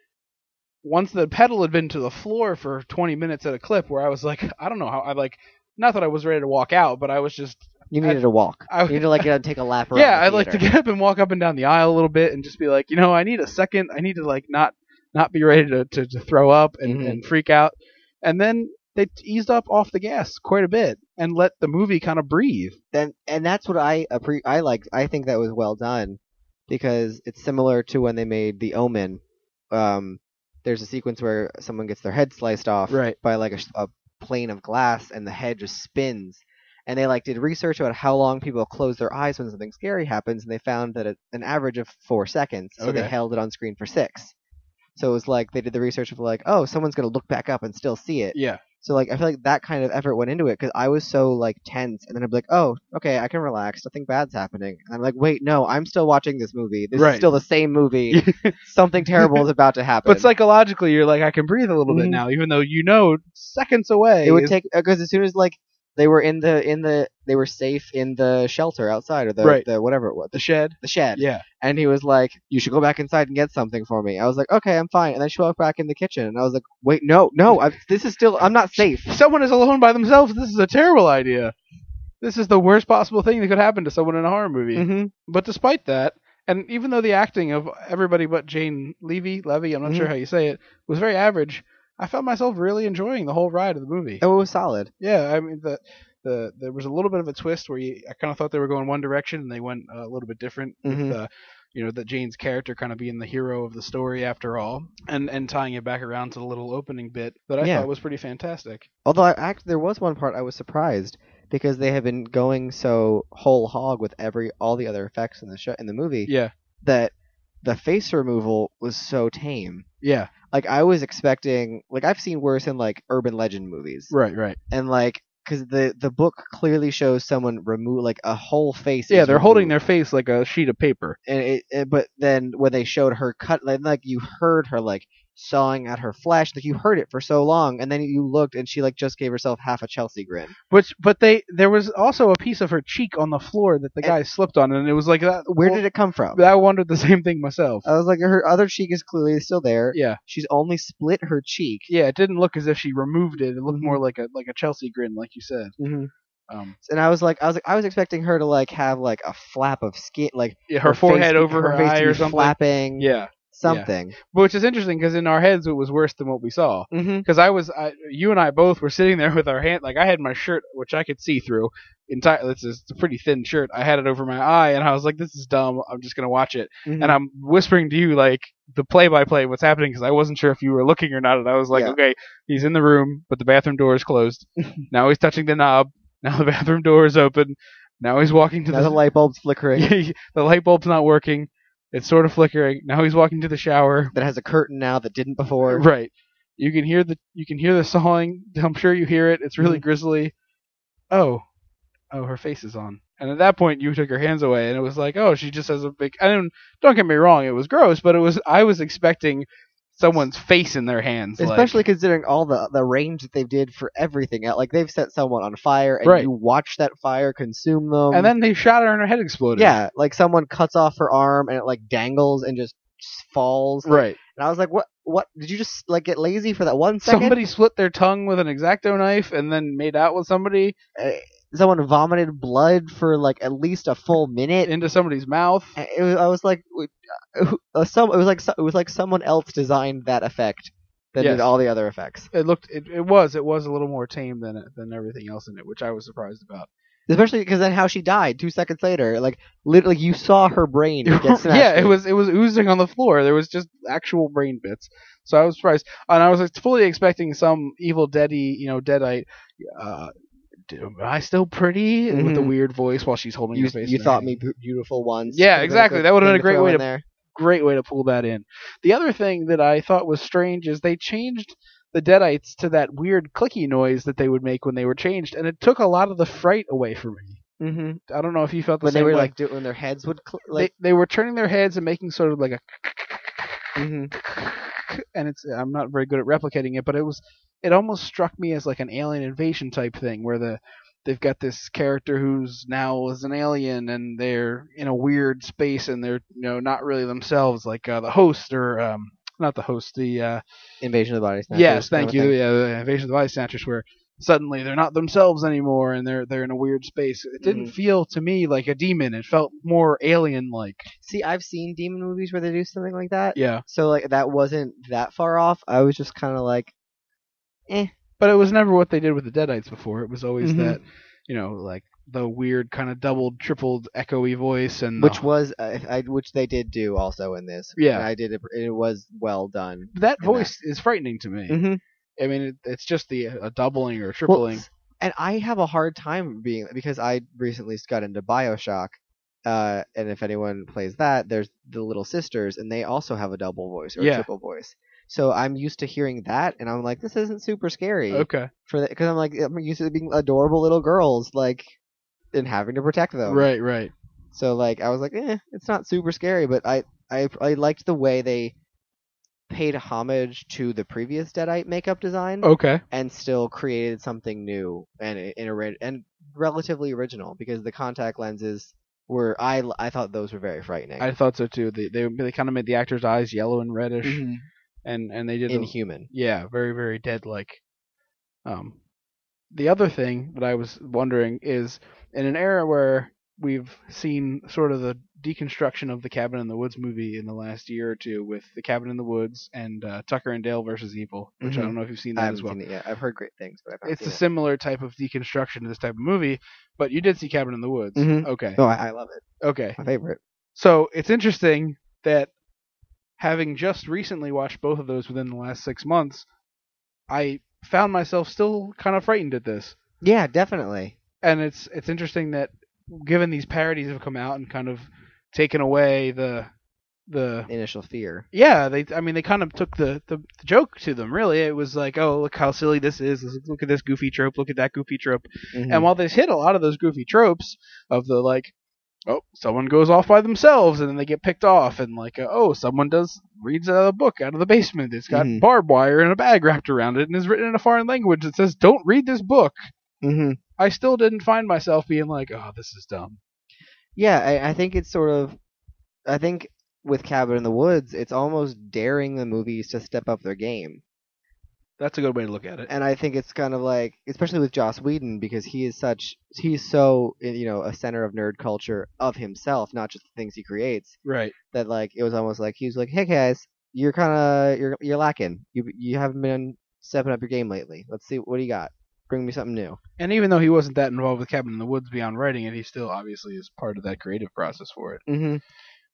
once the pedal had been to the floor for 20 minutes at a clip, where I was like, I don't know how I like. Not that I was ready to walk out, but I was just You needed to walk. I- you need to like get up and take a lap around. yeah. the I'd like to theater. get up and walk up and down the aisle a little bit and just be like, you know, I need a second. I need to like not not be ready to to, to throw up and, Mhm. and freak out. And then they eased up off the gas quite a bit and let the movie kind of breathe. Then and that's what I appre- I like. I think that was well done because it's similar to when they made The Omen. Um, there's a sequence where someone gets their head sliced off Right. by like a, sh- a plane of glass, and the head just spins. And they like did research about how long people close their eyes when something scary happens, and they found that it's an average of four seconds. So they Okay. held it on screen for six. So it was like they did the research of like, oh, someone's gonna look back up and still see it. Yeah. So like I feel like that kind of effort went into it because I was so like tense, and then I'd be like, "Oh, okay, I can relax. Nothing bad's happening." And I'm like, "Wait, no, I'm still watching this movie. This Right. is still the same movie. Something terrible is about to happen." But psychologically, you're like, I can breathe a little bit Mhm. now, even though you know seconds away. it would is- take because as soon as like they were in the in the they were safe in the shelter outside or the Right. the whatever it was the the, sh- shed. the shed, Yeah. and he was like, "You should go back inside and get something for me." I was like, "Okay, I'm fine." And then she walked back in the kitchen, and I was like, "Wait, no, no, i this is still I'm not safe." Someone is alone by themselves. This is a terrible idea. This is the worst possible thing that could happen to someone in a horror movie. Mm-hmm. But despite that, and even though the acting of everybody but Jane Levy, Levy, I'm not Mhm. sure how you say it, was very average, I found myself really enjoying the whole ride of the movie. It was solid. Yeah, I mean the the there was a little bit of a twist where you, I kind of thought they were going one direction and they went uh, a little bit different. Mhm. uh, you know, that Jane's character kind of being the hero of the story after all, and and tying it back around to the little opening bit that I Yeah. thought was pretty fantastic. Although I act, there was one part I was surprised because they have been going so whole hog with every all the other effects in the show in the movie Yeah, that the face removal was so tame. yeah, Like I was expecting, like I've seen worse in like urban legend movies, right, right. and like because the the book clearly shows someone remove like a whole face. Yeah, is they're holding their removed. face like a sheet of paper. And it, it- but then when they showed her cut, like, like you heard her like sawing at her flesh, like you heard it for so long, and then you looked and she like just gave herself half a Chelsea grin. Which, but they there was also a piece of her cheek on the floor that the And- guy slipped on, and it was like that. Where did it come from? I wondered the same thing myself. I was like, her other cheek is clearly still there. yeah, She's only split her cheek. yeah. It didn't look as if she removed it. It looked more like a like a Chelsea grin, like you said. Mm-hmm. Um, And I was like, I was like, I was expecting her to like have like a flap of skin, like yeah, her, face forehead be- over her, face to eye be or something. flapping, Yeah, something. which is interesting because in our heads it was worse than what we saw. Mm-hmm. because I was, I, you and I both were sitting there with our hand, like I had my shirt, which I could see through entirely. It's, just a pretty thin shirt. I had it over my eye, and I was like, "This is dumb. I'm just gonna watch it." Mm-hmm. And I'm whispering to you like the play-by-play, what's happening, because I wasn't sure if you were looking or not. And I was like, Yeah. "Okay, he's in the room, but the bathroom door is closed. now he's touching the knob. Now the bathroom door is open. Now he's walking to now the the light bulb's flickering. the light bulb's not working. It's sort of flickering. Now he's walking to the shower." That has a curtain now that didn't before. Right. You can hear the you can hear the sawing. I'm sure you hear it. It's really Mm-hmm. grisly. Oh, oh, her face is on. And at that point, you took her hands away, and it was like, oh, she just has a big. I don't. Don't get me wrong. It was gross, but it was. I was expecting someone's face in their hands. like- Especially considering all the the range that they did for everything. Uh, Like they've set someone on fire, and Right. you watch that fire consume them. and then they shot her, and her head exploded. um, yeah, like someone cuts off her arm, and it like dangles and just falls. Right. And I was like, "What? What? Did you just like get lazy for that one second? Somebody split their tongue with an exacto knife, and then made out with somebody Uh, someone vomited blood for like at least a full minute. into somebody's mouth. And it was, I was like, w- uh, who- uh, some. It was like so- it was like someone else designed that effect that Yes. did all the other effects. It looked. It, it was. It was a little more tame than than everything else in it, which I was surprised about. Especially because then how she died two seconds later, like literally you saw her brain get smashed. yeah, it was it was oozing on the floor. There was just actual brain bits. So I was surprised, and I was like, fully expecting some evil deady, you know, deadite. Uh, d- am I still pretty with a Mhm. weird voice while she's holding You, her face. you in her thought hand. me bu- beautiful once. Yeah, Would've been a exactly. good That would've been thing a great throw way in to- there. great way to pull that in. The other thing that I thought was strange is they changed the deadites to that weird clicky noise that they would make when they were changed, and it took a lot of the fright away from me. Mm-hmm. I don't know if you felt the When same they were way. like doing, when their heads would cl- like. they, they were turning their heads and making sort of like a hmm Mm-hmm. and it's I'm not very good at replicating it, but it was it almost struck me as like an alien invasion type thing where the they've got this character who's now is an alien and they're in a weird space and they're you know not really themselves like uh, the host or um, not the host the uh, Invasion of the Body Snatchers. yes thank kind you of yeah the invasion of the body snatchers where suddenly they're not themselves anymore and they're they're in a weird space it didn't Mm-hmm. feel to me like a demon it felt more alien like thing. See, I've seen demon movies where they do something like that. yeah So like that wasn't that far off. I was just kind of like, but it was never what they did with the deadites before it was always Mhm. that you know like the weird kind of doubled tripled echoey voice and the which was uh, I, which they did do also in this. Yeah. I did. It, it was well done. that and voice is frightening to me. Mm-hmm. I mean, it, it's just the a doubling or Well, tripling. s- and I have a hard time being because I recently got into Bioshock, uh, and if anyone plays that, there's the little sisters, and they also have a double voice or Yeah. a triple voice. So I'm used to hearing that, and I'm like, this isn't super scary okay, for because I'm like I'm used to being adorable little girls like, and having to protect them. right, right. So like I was like, eh, it's not super scary, but I I I liked the way they paid homage to the previous Deadite makeup design Okay, and still created something new and in a ra- and relatively original because the contact lenses were I I thought those were very frightening. I thought so too. They they, they kind of made the actor's eyes yellow and reddish, Mhm. and and they did a- Inhuman. yeah, very very dead like. Um, the other thing that I was wondering is in an era where we've seen sort of the deconstruction of the Cabin in the Woods movie in the last year or two with the Cabin in the Woods and uh, Tucker and Dale versus Evil, which I Mhm. don't know if you've seen I that as haven't well. seen it yet. I've heard great things, but I've not it's a seen similar type of deconstruction to this type of movie, but you did see Cabin in the Woods. Mhm. Okay. it. No, I, I love it. Okay. My favorite. So it's interesting that having just recently watched both of those within the last six months, I found myself still kind of frightened at this. Yeah, definitely. And it's it's interesting that given these parodies have come out and kind of taken away the the Initial fear. yeah, they. I mean, they kind of took the, the, the joke to them. Really, it was like, oh, look how silly this is. Look at this goofy trope. Look at that goofy trope. And Mhm. while they've hit a lot of those goofy tropes of the like, oh, someone goes off by themselves and then they get picked off, and like, uh, oh, someone does reads a book out of the basement. It's got Mhm. barbed wire and a bag wrapped around it, and is written in a foreign language that says, "Don't read this book." Mhm. I still didn't find myself being like, oh, this is dumb. Yeah, I, I think it's sort of. I think with Cabin in the Woods, it's almost daring the movies to step up their game, That's a good way to look at it. and I think it's kind of like, especially with Joss Whedon, because he is such he's so eh, you know a center of nerd culture of himself, not just the things he creates. Right. That like it was almost like he was like, hey guys, you're kind of you're you're lacking. You you haven't been stepping up your game lately. Let's see what do you got. Bring me something new. And even though he wasn't that involved with Cabin in the Woods beyond writing it, he still obviously is part of that creative process for it. hmm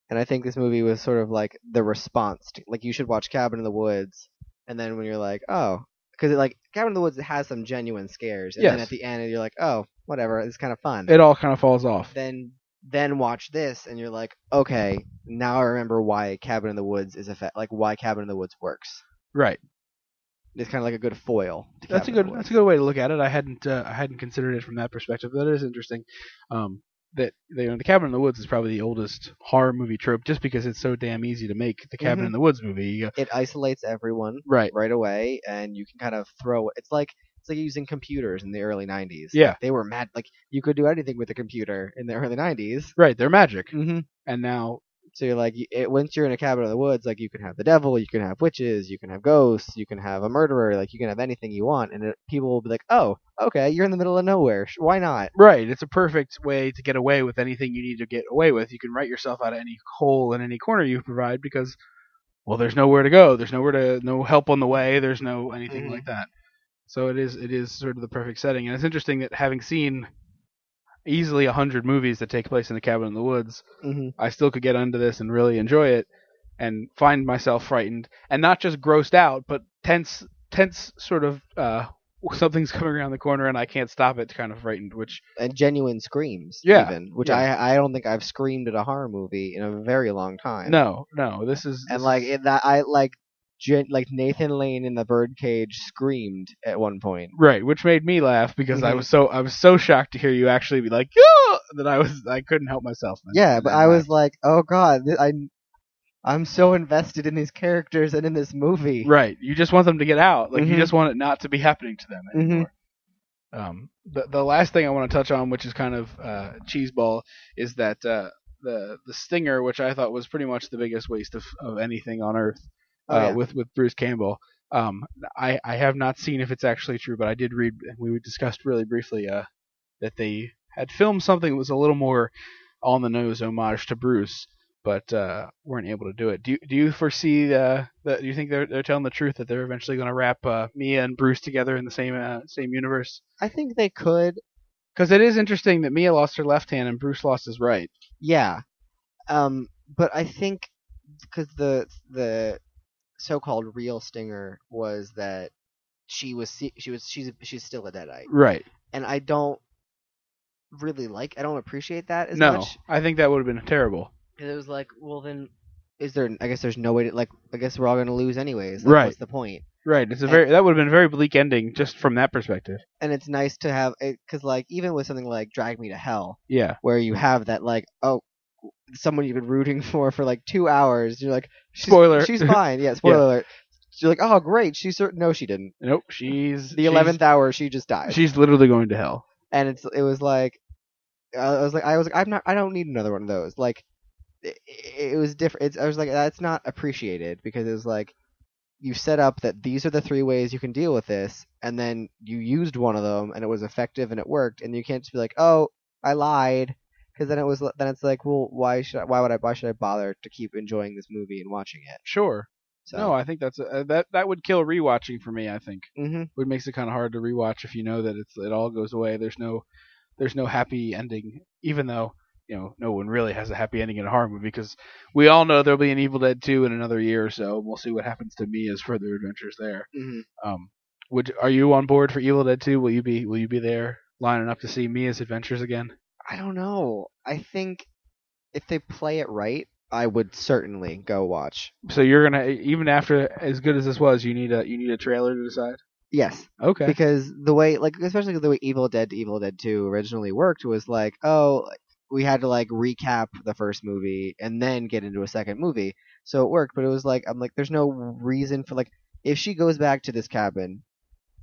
And I think this movie was sort of like the response to, like you should watch Cabin in the Woods, and then when you're like, oh, because it like Cabin in the Woods has some genuine scares, and then Yes. at the end you're like, oh, whatever, it's kind of fun. It all kind of falls off. then then watch this, and you're like, okay, now I remember why Cabin in the Woods is a fa- like why Cabin in the Woods works. Right. It's kind of like a good foil. To That's a Cabin in good. the That's Woods. a good way to look at it. I hadn't. Uh, I hadn't considered it from that perspective. That is interesting. Um, that you know, the Cabin in the Woods is probably the oldest horror movie trope, just because it's so damn easy to make the Cabin Mhm. in the Woods movie. You go- It isolates everyone right. right away, and you can kind of throw. It's like it's like using computers in the early '90s. Yeah. they were mad. Like you could do anything with a computer in the early '90s. Right. They're magic. Mm-hmm. And now, So you're like, you- it, once you're in a cabin in the woods, like you can have the devil, you can have witches, you can have ghosts, you can have a murderer, like you can have anything you want, and it, people will be like, oh, okay, you're in the middle of nowhere, sh- why not? right. It's a perfect way to get away with anything you need to get away with. You can write yourself out of any hole in any corner you provide because, well, there's nowhere to go. There's nowhere to. No help on the way. There's no anything Mhm. like that. So it is. It is sort of the perfect setting. And it's interesting that having seen easily a hundred movies that take place in the cabin in the woods. Mm-hmm. I still could get under this and really enjoy it and find myself frightened and not just grossed out, but tense, tense sort of uh, something's coming around the corner and I can't stop it kind of frightened, which And genuine screams, Yeah, even, which yeah. I I don't think I've screamed at a horror movie in a very long time. no, no, this is. and this like is- it, that I like gen, like Nathan Lane in the birdcage screamed at one point. Right, which made me laugh because I Mhm. was so I was so shocked to hear you actually be like, yeah, that I was I couldn't help myself. And- Yeah, but and I laugh. was like, oh god, th- I I'm so invested in these characters and in this movie. right. You just want them to get out, like you Mhm. just want it not to be happening to them Mhm. anymore. Um, the the last thing I want to touch on, which is kind of uh, cheeseball, is that uh, the the stinger, which I thought was pretty much the biggest waste of, of anything on earth, Oh, uh, yeah. with with Bruce Campbell. Um, I I have not seen if it's actually true, but I did read and we discussed really briefly uh, that they had filmed something that was a little more on the nose homage to Bruce, but uh, weren't able to do it. Do you, do you foresee uh, that? Do you think they're they're telling the truth that they're eventually going to wrap uh, Mia and Bruce together in the same uh, same universe? I think they could. Because it is interesting that Mia lost her left hand and Bruce lost his right. Yeah. Um, but I think because the the so-called real stinger was that she was se- she was she's she's still a deadite, Right. and I don't really like I don't appreciate that as no, much. I think that would have been terrible. And it was like, well then, is there? I guess there's no way to like. I guess we're all gonna lose anyways. Like, Right. What's the point? Right. It's a very that would have been a very bleak ending just from that perspective. And it's nice to have because like even with something like Drag Me to Hell, Yeah. where you have that like oh someone you've been rooting for for like two hours you're like she's, Spoiler. she's fine yeah spoiler alert you're like oh great she's cer- no she didn't Nope. She's the 11th hour she just died She's, she's literally going to hell. and it's it was like I was like I was like I'm not I don't need another one of those like it, it was different it's, I was like that's not appreciated because it was like you set up that these are the three ways you can deal with this and then you used one of them and it was effective and it worked and you can't just be like oh I lied because then it was then it's like well why should I, why would I why should I bother to keep enjoying this movie and watching it Sure. so No, I think that's a, that that would kill rewatching for me. I think hmm it makes it kind of hard to rewatch if you know that it's it all goes away. There's no there's no happy ending, even though you know no one really has a happy ending in a horror movie because we all know there'll be an Evil Dead two in another year or so. And we'll see what happens to Mia's further adventures there. hmm Um, would are you on board for Evil Dead two? Will you be will you be there lining up to see Mia's adventures again? I don't know I think if they play it right I would certainly go watch So you're gonna even after as good as this was, you need a you need a trailer to decide. yes Okay. because the way like especially the way Evil Dead to Evil Dead 2 originally worked was like oh we had to like recap the first movie and then get into a second movie so it worked but it was like I'm like there's no reason for like if she goes back to this cabin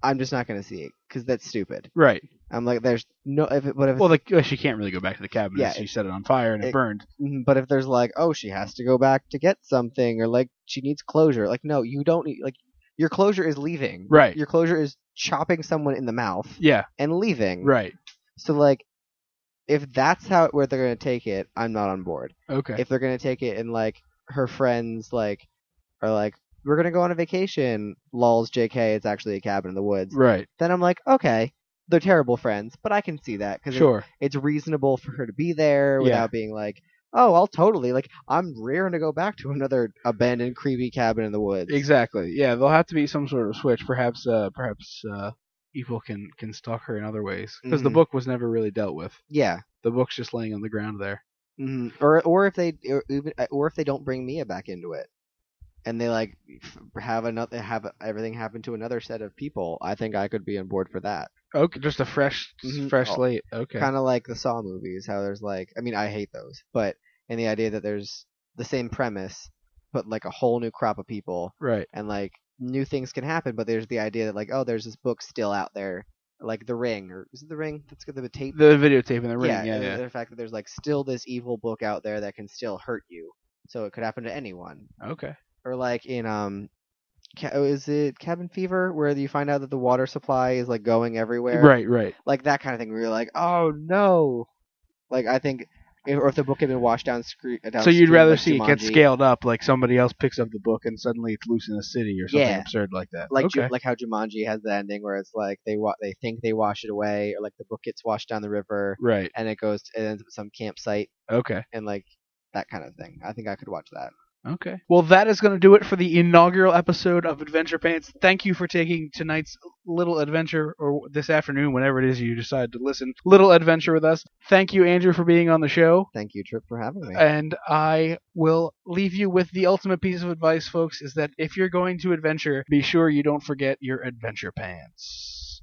I'm just not gonna see it because that's stupid right. I'm like there's no if it, but if Well, the, well, she can't really go back to the cabin. Yeah, she set it on fire and it, it- burned. Mhm, but if there's like oh she has to go back to get something or like she needs closure like no you don't need like your closure is leaving Right. your closure is chopping someone in the mouth Yeah. and leaving Right. So like, if that's how where they're gonna take it, I'm not on board. Okay. If they're gonna take it and like her friends like are like, we're gonna go on a vacation. Lol's JK. It's actually a cabin in the woods. right. Then I'm like, okay, they're terrible friends, but I can see that because Sure. it's reasonable for her to be there Yeah. without being like, oh, I'll totally like I'm rearing to go back to another abandoned creepy cabin in the woods. Exactly. Yeah. There'll have to be some sort of switch. Perhaps. Uh, perhaps. Uh, evil can can stalk her in other ways because the Mhm. book was never really dealt with. Yeah. The book's just laying on the ground there. hmm Or or if they or, even- uh, or if they don't bring Mia back into it, and they like f- have another have everything happen to another set of people, I think I could be on board for that. Okay. Just a fresh Mhm. fresh Oh, slate. Okay. Kind of like the Saw movies, how there's like I mean I hate those, but and the idea that there's the same premise, but like a whole new crop of people, right. and like new things can happen. But there's the idea that like oh there's this book still out there, like The Ring or is it The Ring? That's got the tape. The videotape in the ring. Yeah. and Yeah. The, the fact that there's like still this evil book out there that can still hurt you, so it could happen to anyone. Okay. Or like in um, ca- oh, is it Cabin Fever where you find out that the water supply is like going everywhere, Right. Right. Like that kind of thing where you're like, oh no, like I think, if, or if the book had been washed down, scre- down So you'd stream, rather like see it get Jumanji, scaled up, like somebody else picks up the book and suddenly it's loose in a city or something Yeah. absurd like that. Like, Ju- okay. like how Jumanji has the ending where it's like they wa- they think they wash it away, or like the book gets washed down the river right. and it goes it ends up at some campsite Okay. and like that kind of thing. I think I could watch that. Okay. Well, that is going to do it for the inaugural episode of Adventure Pants. Thank you for taking tonight's little adventure, or this afternoon, whenever it is you decide to listen, little adventure with us. Thank you, Andrew, for being on the show. Thank you, Trip, for having me. And I will leave you with the ultimate piece of advice, folks, is that if you're going to adventure, be sure you don't forget your adventure pants.